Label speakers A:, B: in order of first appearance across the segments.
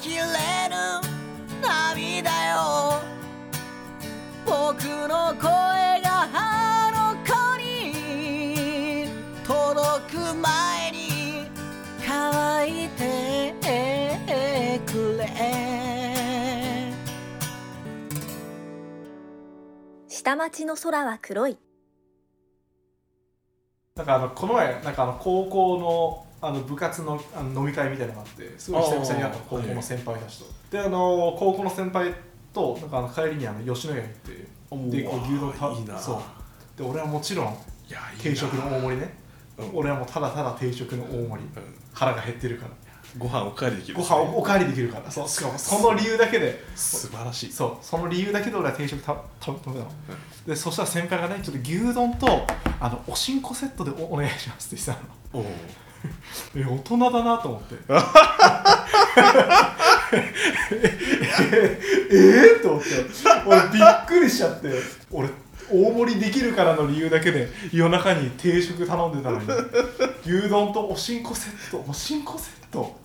A: きれぬ涙よ僕の声があの子に届く前に乾いてくれ
B: 下町の空は黒い
C: なんかあのこの前なんかあの高校のあの部活のあの飲み会みたいなのがあってすごい久々になんか高校の先輩たちと、であの高校の先輩となんかあの帰りにあの吉野家行ってでこう牛丼た
D: いいな
C: そうで俺はもちろん
D: いやいいな
C: 定食の大盛りね、
D: うん
C: 俺はもうただただ定食の大盛り、
D: うん
C: 腹が減ってるから
D: ご飯おかわりできる
C: ご飯をおかわりできるからそうしかもその理由だけで
D: 素晴らしい
C: そうその理由だけで俺は定食たた食べたの、でそしたら先輩がねちょっと牛丼とあのおしんこセットでおお願いしますって言ってたの
D: おう
C: え大人だなと思ってえ えー、と思って俺びっくりしちゃって俺大盛りできるからの理由だけで夜中に定食頼んでたのに牛丼とおしんこセットおしんこセット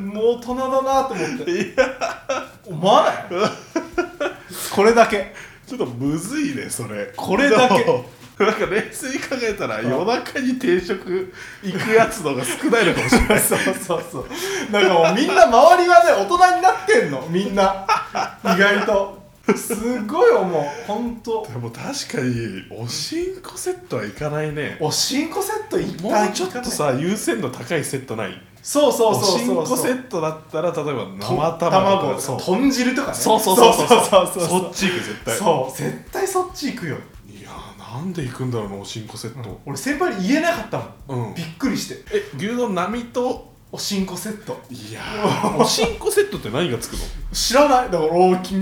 C: もう大人だなと思って思わないこれだけ
D: ちょっとむずいねそれ
C: これだけ
D: でもなんか冷静に考えたら夜中に定食行くやつの方が少ないのかもしれない
C: そうそうそうなんかもうみんな周りはね大人になってんのみんな意外とすごい思う本当
D: でも確かにおしんこセットはいかないね
C: おしんこセット一
D: も
C: 回
D: うちょっとさ優先度高いセットない
C: そうそうそうそう
D: おしんこセットだったら例えば生
C: と
D: 卵
C: 卵
D: そう
C: 豚汁とかね
D: そうそうそう
C: そ
D: そうう
C: そうそう
D: そっち行く絶対
C: そう絶対そっち行くよ、
D: いやーなんで行くんだろうなおしんこセット、
C: 俺先輩に言えなかったもん、
D: うん
C: びっくりして
D: え牛丼並と
C: おしんこセット
D: いやーおしんこセットって何がつくの
C: 知らないだから俺き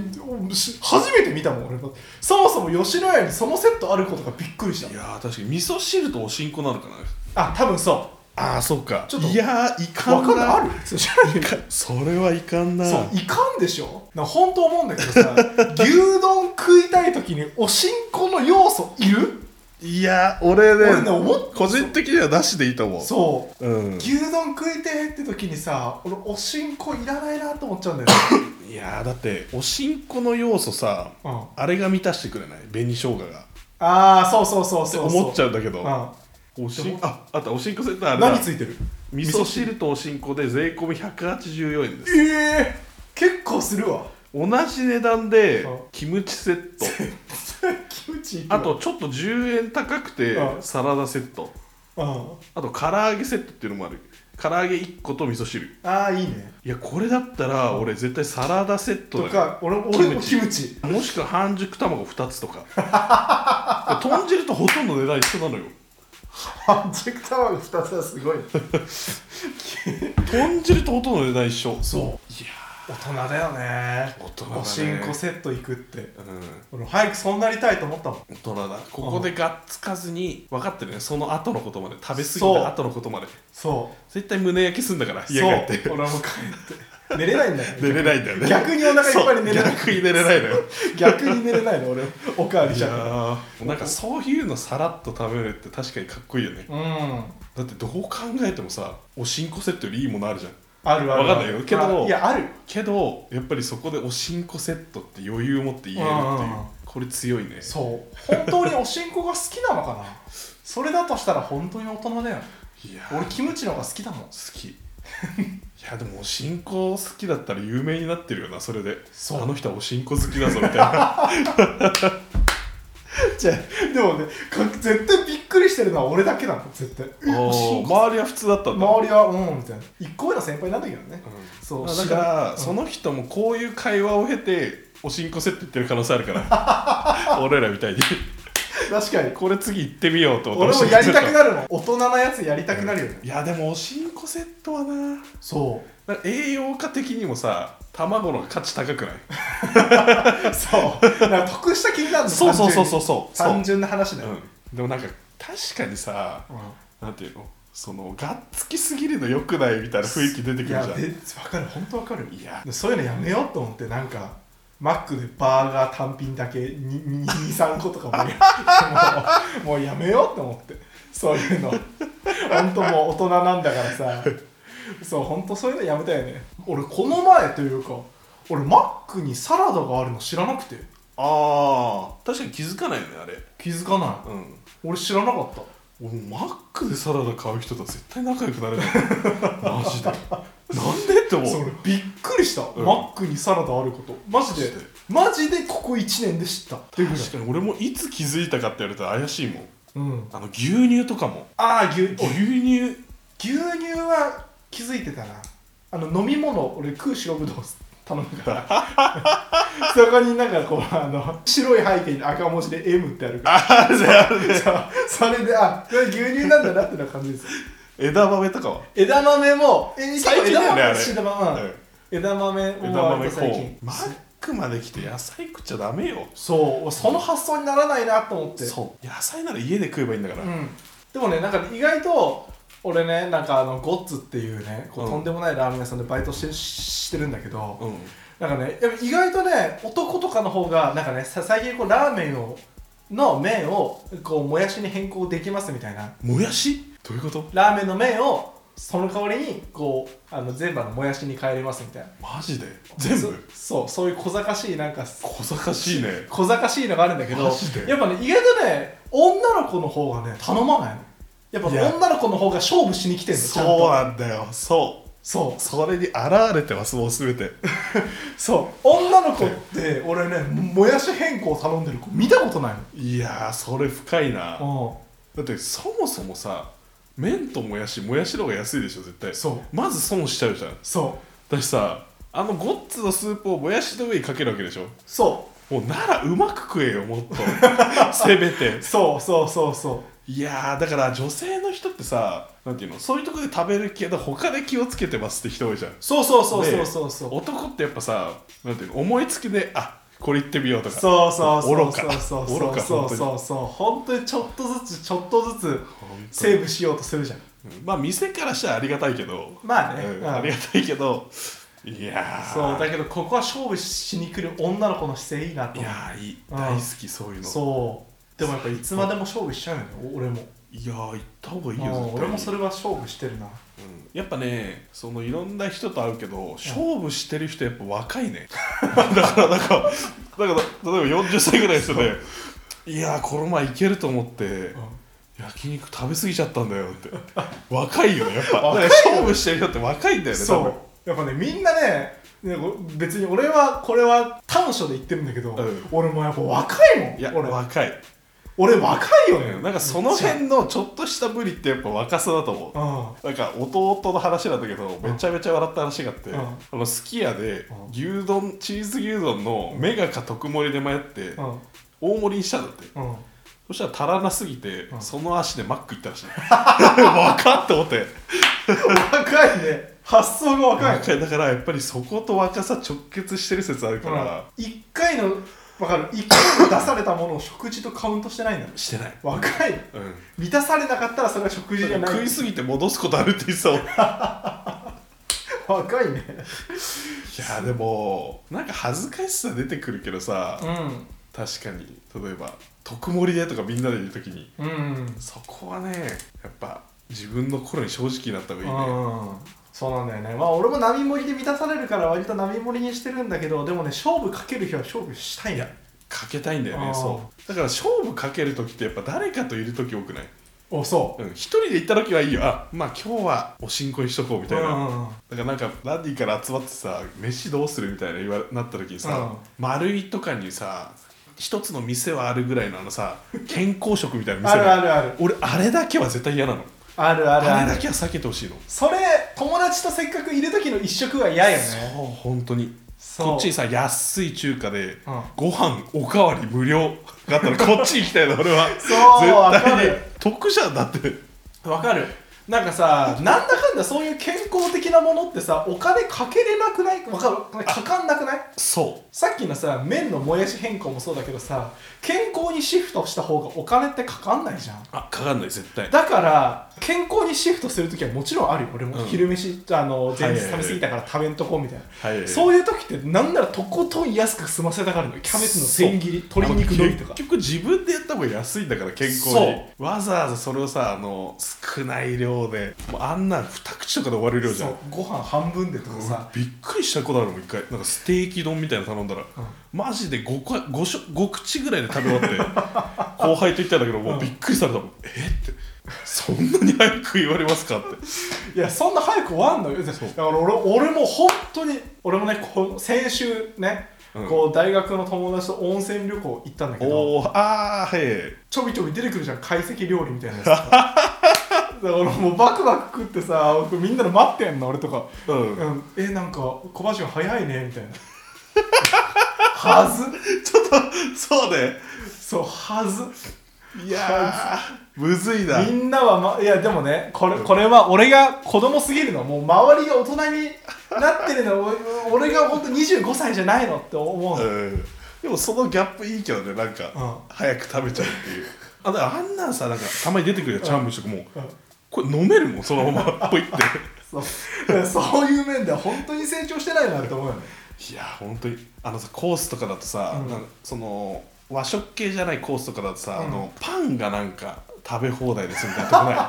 C: し初めて見たもん俺そもそも吉野家にそのセットあることがびっくりした
D: いやー確かに味噌汁とおしんこなのかな
C: あ多分そう
D: ああそうか
C: ちょっと
D: いやーいか
C: わ
D: ん
C: かんない
D: な
C: あるそれ
D: いかそれはいかんな
C: そういかんでしょな本当思うんだけど さ牛丼食いたい時におしんこの要素いる
D: いやー俺ね
C: 俺ね思っ
D: 個人的にはなしでいいと思う
C: そう
D: う、ん、
C: 牛丼食いてえって時にさ俺おしんこいらないなと思っちゃうんだよね、
D: いやーだっておしんこの要素さ
C: うん、
D: あれが満たしてくれない紅生姜がっ
C: ああそうそうそう
D: て
C: そうそう
D: 思っちゃうんだけど
C: う
D: おし
C: でも
D: んああとおしんこセットあ
C: ん、
D: れだ
C: 何ついてる
D: 味噌汁とおしんこで税込み184円です
C: ええ結構するわ
D: 同じ値段で
C: うん
D: キムチセット
C: キムチいくわ
D: あとちょっと10円高くて
C: うん
D: サラダセット
C: うん
D: あと唐揚げセットっていうのもある唐揚げ1個と味噌汁
C: ああいいね
D: いやこれだったら俺絶対サラダセットだ
C: と
D: よ
C: か俺も俺もキムチ
D: もしくは半熟卵2つとか 豚汁とほとんど値段一緒なのよ
C: 半熟卵2つはすごいね
D: 豚汁とほとんど値段一緒そういや
C: 大人だよね
D: 大人だね
C: おしんこセット行くって
D: ーうん
C: 俺早くそうなりたいと思ったもん
D: 大人だここでがっつかずに分かってるねその後のことまで食べ過ぎた後のことまで
C: そ
D: 絶対胸焼けすんだから
C: う
D: 家帰っ
C: そ
D: て
C: う俺も帰って寝れないんだよ
D: 寝れないんだよね
C: 逆にお腹いっぱいに寝れない
D: そう逆に寝れないのよ
C: 逆に寝れないの俺おかわり
D: い
C: しち
D: や
C: ゃうから
D: ーなんかそういうのさらっと食べるって確かにかっこいいよね
C: うん
D: だってどう考えてもさおしんこセットよりいいものあるじゃん
C: あるある
D: わかんないよけど
C: まあいやある
D: けどやっぱりそこでおしんこセットって余裕を持って言えるって
C: うん
D: い
C: うん
D: う
C: うん
D: これ強いね
C: そう本当におしんこが好きなのかなそれだとしたら本当に大人だよ
D: いやー
C: 俺
D: 好
C: キムチの方が好きだも ん
D: きいやでもおしんこ好きだったら有名になってるよなそれで
C: そう
D: あの人はおしんこ好きだぞみた いな
C: じゃあでもねか絶対びっくりしてるのは俺だけなの絶対え
D: お
C: おし
D: ー
C: んこ
D: 周りは普通だったんだ、
C: 周りはうんみたいな一個上の先輩なんだけどね、そう
D: だ
C: 知
D: からら、
C: ん
D: その人もこういう会話を経ておしんこセット言ってる可能性あるから 俺らみたいに
C: 確かに
D: これ次行ってみようと思って
C: 俺もやりたく
D: る
C: なるもん大人なやつやりたくなるよね
D: いやでもおしんこセットはな
C: そう
D: なんか栄養価的にもさ卵の方が価値高くない
C: そう。だから得した気になるの
D: そうそうそうそうそうそう
C: 単純に単純な話だよ。
D: うん、でもなんか確かにさ
C: うん
D: なんていうのそのがっつきすぎるのよくないみたいな雰囲気出てくる
C: い
D: じゃ
C: や、
D: ん
C: で分かる、本当分かる。
D: いや
C: でそういうのやめようと思って、なんか、マックでバーガー単品だけ2、2 3個とかもやもうもうやめようと思って、そういうの。本当もう大人なんだからさ、そう本当そういうのやめたよね俺この前というか俺マックにサラダがあるの知らなくて
D: あー確かに気づかないよねあれ
C: 気づかな
D: うん
C: い俺知らなかった
D: 俺マックでサラダ買う人とは絶対仲良くなれないマ ジでなんでって
C: そ
D: 思
C: れ
D: う
C: びっくりした、
D: ん
C: マックにサラダあることマジでマジでここ1年で知った出口
D: 確かに俺もいつ気づいたかって言われたら怪しいもん
C: うん
D: あの牛乳とかも
C: ああ牛
D: 牛乳
C: 牛乳は気づいてたなあの飲み物俺空白ぶどう頼むから そこになんかこうあの白い背景に赤文字で M ってあるから
D: あれあれ
C: そうそれであこれ牛乳なんだなってな感じです
D: 枝豆とかは
C: 枝豆もえ
D: 最近だよねあれ
C: 枝豆
D: うん
C: 枝豆
D: 枝
C: も割
D: 豆
C: と
D: コ
C: 最
D: ーン
C: 近
D: マックまで来て野菜食っちゃダメよ
C: そう俺その発想にならないなと思って
D: う野菜なら家で食えばいいんだから、
C: うん、でもねなんか意外と俺ねなんかあのゴッツっていうねこう
D: うん
C: とんでもないラーメン屋さんでバイトしてしてるんだけど、
D: うん
C: なんかねやっぱ意外とね男とかの方がなんかねさ最近こうラーメンをの麺をこうもやしに変更できますみたいな
D: もやしどういうこと
C: ラーメンの麺をその代わりにこうあの全部あのもやしに変えれますみたいな
D: マジで全部
C: そそうそういう小賢しいなんか
D: 小賢しいね
C: 小賢しいのがあるんだけど
D: マジで
C: やっぱね意外とね女の子の方がね頼まないのやっぱ
D: いや
C: 女の子の方が勝負しに来てんのちゃんと
D: そうなんだよそう
C: そう
D: それに現れてますもう全て
C: そう女の子って俺ねもやし変更頼んでる子見たことない
D: いやーそれ深いな
C: の
D: だってそもそもさ麺ともやしもやしの方が安いでしょ絶対
C: そう
D: まず損しちゃうじゃん
C: そう
D: だしさあのゴッツのスープをもやしの上にかけるわけでしょ
C: そ
D: もうならうまく食えよも っとせめて
C: うそうそうそうそ
D: いやーだから女性の人ってさなんていうのそういうとこで食べるけど他で気をつけてますって人多いじゃん
C: うそうそうそう
D: ね
C: そ
D: え
C: うそうそうそう
D: 男ってやっぱさなんていうの思いつきであこれ行ってみようとか
C: そうそうそう
D: 愚か
C: そう
D: 愚か
C: そう
D: 本当に
C: そうそう本当にちょっとずつちょっとずつ
D: 本当に
C: セーブしようとするじゃん
D: うんまあ店からしたらありがたいけど
C: まあね
D: うん
C: うん
D: ありがたいけどいやー
C: そうだけどここは勝負しに来る女の子の姿勢いいなと
D: い
C: 思う
D: やーいい
C: うん
D: 大好きそういうの
C: そうでもやっぱいつまでも勝負しちゃうよねお俺も
D: いやー行った方がいいよ
C: もう
D: 絶対
C: 俺もそれは勝負してるな
D: うんやっぱねそのいろんな人と会うけど勝負してる人やっぱ若いね だからなんかだから例えば40歳ぐらいですよねいやーこの前行けると思って焼肉食べ過ぎちゃったんだよって若いよねやっ ぱ
C: 若いよね
D: だから勝負してる人って若いんだよね多分
C: そうやっぱねみんなねねこ別に俺はこれは短所で言ってるんだけど、
D: うん
C: 俺もやっぱ若いもん
D: いや
C: 俺
D: 若い
C: 俺若いよね
D: なんかその辺のちょっとした無理ってやっぱ若さだと思
C: う
D: う
C: ん
D: なんか弟の話なんだけどめちゃめちゃ笑った話があって、
C: うん
D: あのすき家で
C: うん
D: 牛丼チーズ牛丼のメガか特盛りで迷って
C: うん
D: 大盛りにしたんだって
C: うん
D: そしたら足らなすぎて、
C: うん
D: その足でマック行っ たらしい若っと思って
C: 若いね発想が若い、
D: 若いだからやっぱりそこと若さ直結してる説あるか
C: う
D: ら、
C: ん、1回のわかる1回の出されたものを食事とカウントしてないんだね
D: してない、
C: 若い
D: うん、
C: 満たされなかったらそれは食事じゃない
D: 食いすぎて戻すことあるって 言ってたもんい
C: 若いね
D: やでもなんか恥ずかしさ出てくるけどさ、
C: ん
D: 確かに例えば特盛りでとかみんなで言う時に
C: うん
D: そこはねやっぱ自分の頃に正直になった方がいいね
C: うんそうなんだよねまあ俺も波盛りで満たされるから割と波盛りにしてるんだけどでもね勝負かける日は勝負したいんだ
D: かけたいんだよ
C: あ
D: ね
C: ー
D: そうだから勝負かける時ってやっぱ誰かといる時多くない
C: おそ
D: うん一人で行った時はいいよあまあ今日はおしんこにしとこうみ
C: う
D: たいな、
C: うん
D: だからなんかランディから集まってさ飯どうするみたいな言わなった時にさ、
C: うん
D: 丸いとかにさ一つの店はあるぐらいのあの さ健康食みたいな
C: あ
D: 店
C: るあるある
D: 俺あれだけは絶対嫌なの
C: あるある
D: あ
C: あ
D: れだ
C: る
D: けは避けてほしいの
C: それ友達とせっかくいる時の一食は嫌よね
D: そう本当に
C: そう
D: こっちにさ安い中華で、
C: うん
D: ご飯おかわり無料だ ったらこっち行きたいな俺は
C: そう
D: 絶対に
C: わかる
D: 得じゃんだって
C: わかるなんかさなんだかんだそういう健康的なものってさお金かけれなくないわかるかかんなくない
D: そ
C: さっきのさ麺のもやし変更もそうだけどさ健康にシフトした方がお金ってかかんないじゃん
D: うあかかんない絶対
C: だから健康にシフトするときはもちろんあるよ俺も
D: うん
C: 昼飯、あの前日
D: はいは
C: 食
D: いはい
C: べ過ぎたから食べんとこみたいな、
D: はいはいはい
C: そういう時ってなんならとことん安く済ませたがるのよキャベツの千切り
D: そう
C: 鶏肉のりとか
D: 結局自分でやった方が安いんだから健康に
C: そう
D: わざわざそれをさあの少ない量でもうあんなん普二口とかで終われるようじゃ
C: そ
D: ん
C: うご飯半分でとか
D: 俺
C: さ、
D: びっくりしたことあるもん一回なんかステーキ丼みたいなの頼んだら、マジで 5, か 5, しょ5口ぐらいで食べ終わって 後輩と言ったんだけどもうびっくりされたもん、えってそんなに早く言われますか って
C: いやそんな早く終わんのよだ
D: そう
C: から俺俺も本当に俺もねこう先週ね、
D: うん
C: こう大学の友達と温泉旅行行ったんだけど
D: おおあーへ
C: ちょびちょび出てくるじゃん懐石料理みたいなやつ だから俺もうバクバク食ってさこれみんなで待ってんの俺とか、
D: えうん、
C: うん、えなんか小林君早いねみたいなはず
D: ちょっとそうね
C: そうはず
D: いやーむずいな
C: みんなは、ま、いやでもねこれこれは俺が子供すぎるのもう周りが大人になってるの お俺が本当25歳じゃないのって思うの、
D: うんでもそのギャップいいけどねなんか、
C: うん
D: 早く食べちゃうっていうあだからあんなんさなんかたまに出てくるじゃんチャームしとかもう、
C: うん
D: これ飲めるもんそのままポイって
C: そうそういう面では本当に成長してないなって思うよね
D: いや本当にあのさコースとかだとさ、
C: うん
D: なんかその和食系じゃないコースとかだとさ、
C: うん
D: あのパンがなんか食べ放題ですみたいなと こない
C: わ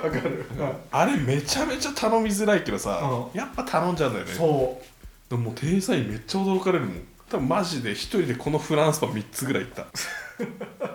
C: かる、
D: あれめちゃめちゃ頼みづらいけどさ、
C: う
D: やっぱ頼んじゃうんだよね
C: そ
D: でももう店員さんにめっちゃ驚かれるもん多分マジで一人でこのフランスパン3つぐらいいった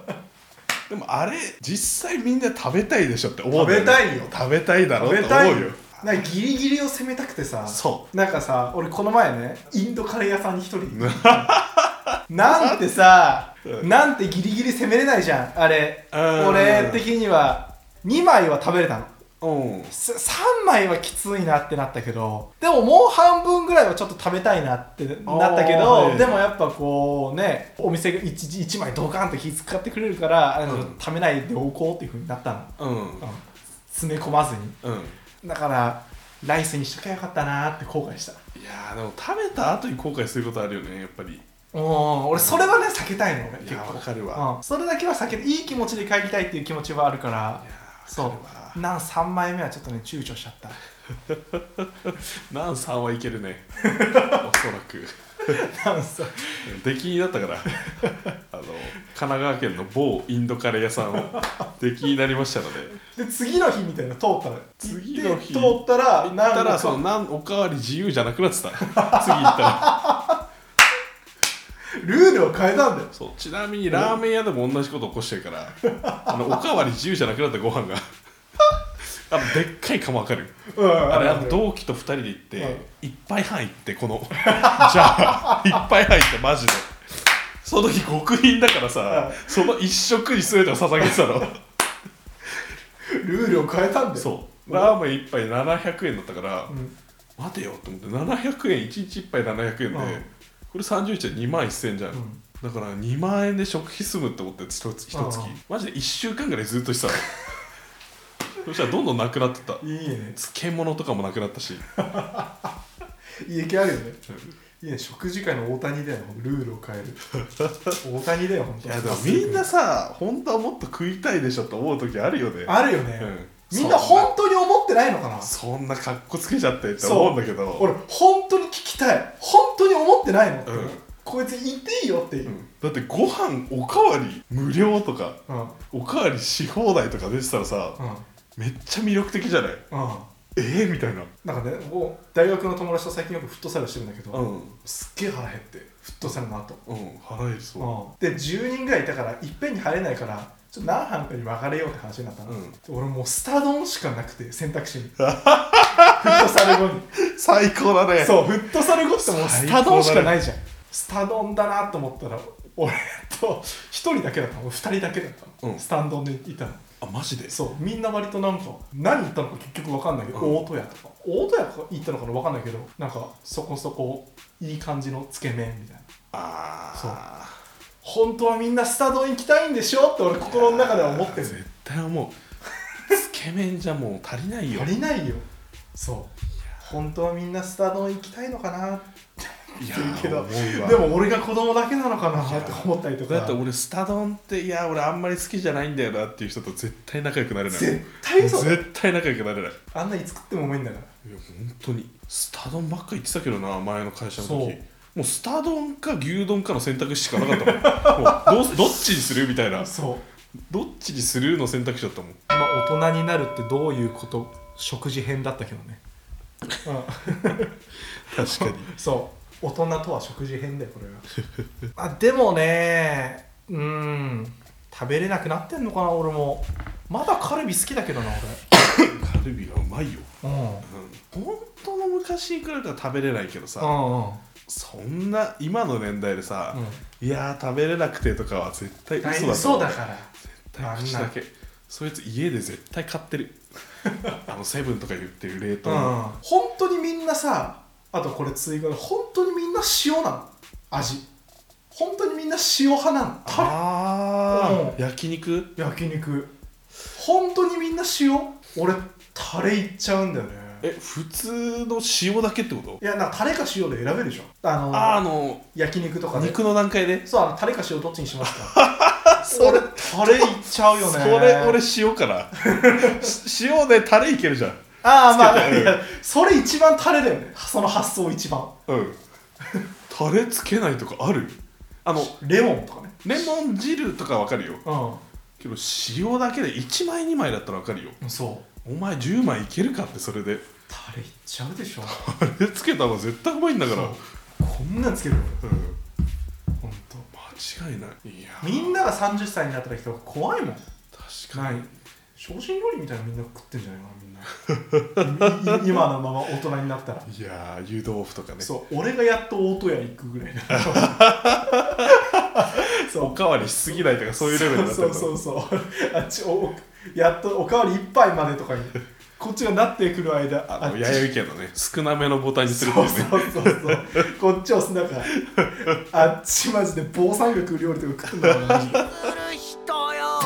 D: でもあれ実際みんな食べたいでしょって思うんだ
C: 食べたいよ
D: 食べたいだ
C: う
D: ろう
C: 食
D: って
C: べ
D: 思
C: たいう
D: よ
C: なんかギリギリを攻めたくてさ
D: そう
C: なんかさ俺この前ねインドカレー屋さんに一人で行った なんてさ
D: うん
C: なんてギリギリ攻めれないじゃんあれ
D: うん
C: 俺的には2枚は食べれたの
D: うん
C: 3枚はきついなってなったけどでももう半分ぐらいはちょっと食べたいなってなったけど、
D: あーはい
C: でもやっぱこうねお店が 1, 一枚ドカンと気使ってくれるから、あの
D: うん
C: 食べないでおこうっていうふうになったの、
D: うん
C: うん詰め込まずに
D: うん
C: だからライスにしときゃよかったなーって後悔した
D: いやーでも食べた後に後悔することあるよねやっぱり
C: うん俺それはね避けたいの俺
D: いやわかるわ、
C: うん、それだけは避けていい気持ちで帰りたいっていう気持ちはあるから
D: いやーわ
C: そ
D: かるわ
C: うなん3枚目はちょっとね躊躇しちゃった
D: ナンさんはいけ るねおそらく
C: なんさ
D: 出禁になった からあの神奈川県の某インドカレー屋さんを出禁になりましたので
C: で次の日みたいなの通ったの
D: 次の日
C: 行って通ったら
D: 行った
C: なん
D: ら
C: か
D: そのなんおかわり自由じゃなくなってた次行ったら
C: ルールを変えたんだよ
D: そうちなみにラーメン屋でも同じこと起こしてるからあのおかわり自由じゃなくなったご飯があのでっかいかもわかる
C: うん
D: あれあの
C: の
D: 同期と2人で行
C: う
D: っ
C: ん
D: て一杯半行ってこの じゃあ一杯半行ってマジでその時極貧だからさその一食に全てを捧げ てたの
C: ルールを変えたんだよ
D: そうラーメン1杯700円だったから、
C: ん
D: 待てよと思って700円1日1杯700円で、
C: うん
D: これ30日で2万1000円じゃん、
C: うん
D: だから2万円で食費済むって思ってひと月
C: うん
D: マジで1週間ぐらいずっと してたのそしたらどんどんなくなってった
C: いいね
D: 漬物とかもなくなっ たし
C: 家系あるよねいいね食事会の大谷だよルールを変える 大谷だよ本当
D: いやでもみんなさ本当はもっと食いたいでしょって思う時あるよね
C: あるよね、
D: うん
C: みんな本当に思ってないのかな
D: そんな格好つけちゃってって
C: そう
D: 思うんだけど
C: 俺本当に聞きたい本当に思ってないの、
D: うん
C: こいつ言っていいよって、う
D: うんだってご飯おかわり無料とか
C: うんうん
D: おかわりし放題とか出てたらさ、めっちゃ魅力的じゃない
C: うん
D: えー、みたいな
C: なんかねもう大学の友達と最近よくフットサルしてるんだけど、
D: うん
C: すっげえ腹減ってフットサルの後
D: うん腹減りそ
C: で10人ぐらいいたからいっぺんに入れないからちょっと何班かに分かれようって話になったの、
D: うん
C: で俺もうスタ丼しかなくて選択 肢にフットサル後に
D: う 最高だね
C: そうフットサル後ってもうスタ丼しかないじゃん、スタ丼だなと思ったら俺と1人だけだったの2人だけだったの、
D: うん
C: スタンドでいたの
D: あマジで
C: そうみんな割となんか何言ったのか結局分かんないけど、
D: うん
C: 大戸屋とか大戸屋とか言ったのかな分かんないけどなんかそこそこいい感じのつけ麺みたいな
D: あ
C: 本当はみんなスタ丼行きたいんでしょって俺心の中では思
D: あ
C: ってる
D: 絶対思うつけ麺じゃもう足りないよ
C: 足りないよそう本当はみんなスタ丼行きたいのかなって
D: いや
C: 言うけど
D: 思うわ
C: でも俺が子供だけなのかなって思ったりとか
D: だって俺スタ丼っていや俺あんまり好きじゃないんだよなっていう人と絶対仲良くなれない
C: 絶対そう
D: 絶対仲良くなれないいや
C: あんなに作ってもうまいんだから
D: 本当にスタ丼ばっか言ってたけどな前の会社の時
C: そう
D: もう スタ丼か牛丼かの選択肢しかなかったもんもうどうどっちにするみたいな
C: そう
D: どっちにするの選択肢だったもん
C: まあ大人になるってどういうこと食事編だったけどね、
D: 確かに
C: そう大人とは食事編だよこれ はあでもねうん食べれなくなってんのかな俺もまだカルビ好きだけどな
D: カルビはうまいよ、
C: 俺うん
D: うん、本当の昔に比べたら食べれないけどさ、
C: うんうん
D: そんな今の年代でさ、いやー食べれなくてとかは絶対嘘だと
C: 大
D: 思う
C: 嘘だから
D: 絶対口だけそいつ家で絶対買っ てるあのセブンとか言ってる冷凍
C: うん
D: の、
C: 本当にみんなさあとこれ追加で本当にみんな塩なの味本当にみんな塩派なのタレ
D: ああ、
C: う
D: 焼肉
C: 焼肉本当にみんな塩俺タレいっちゃうんだよね
D: え普通の塩だけってこと
C: いやなんかタレか塩で選べるでしょあの
D: あーあの
C: 焼肉とかで
D: 肉の段階で
C: そうあのタレか塩どっちにします か俺タレいっちゃうよね
D: それ俺塩から し塩でタレいけるじゃん
C: ああまあ
D: つけて
C: いやそれ一番タレだよねその発想一番
D: うん タレつけないとかあるあの
C: レモンとかね
D: レモン汁とかわかるよ
C: う
D: けど塩だけで1枚2枚だったらわかるよ
C: んそう
D: お前10枚いけるかってそれで
C: タレいっちゃうでしょ
D: あれつけた方が絶対うまいんだから
C: そうこんなんつけるよ
D: うん
C: 本当。
D: 間違いないいや
C: みんなが30歳になった時とか怖いもん
D: 確かに、
C: ない精進料理みたいなのみんな食ってんじゃないかなみんない 今のまま大人になったら
D: い、やー湯豆腐とかね
C: そう俺がやっと大戸屋行くぐらい なそう
D: おかわりしすぎないとかそういうレベルになって
C: そ
D: る
C: う
D: から
C: そうそうそうあっちおおやっとおかわり一杯までとかにこっちがなってくる間
D: あの
C: っち
D: や弥生家のね少なめのボタンにするんだ
C: そう
D: よね
C: そうそうそうこっち押す中あっちマジで坊さんが食う料理とか食ってんだから
A: 愛する人よ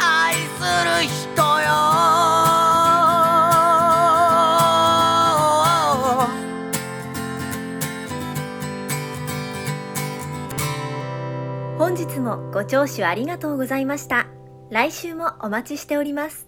A: 愛する人よ
B: 本日もご聴取ありがとうございました来週もお待ちしております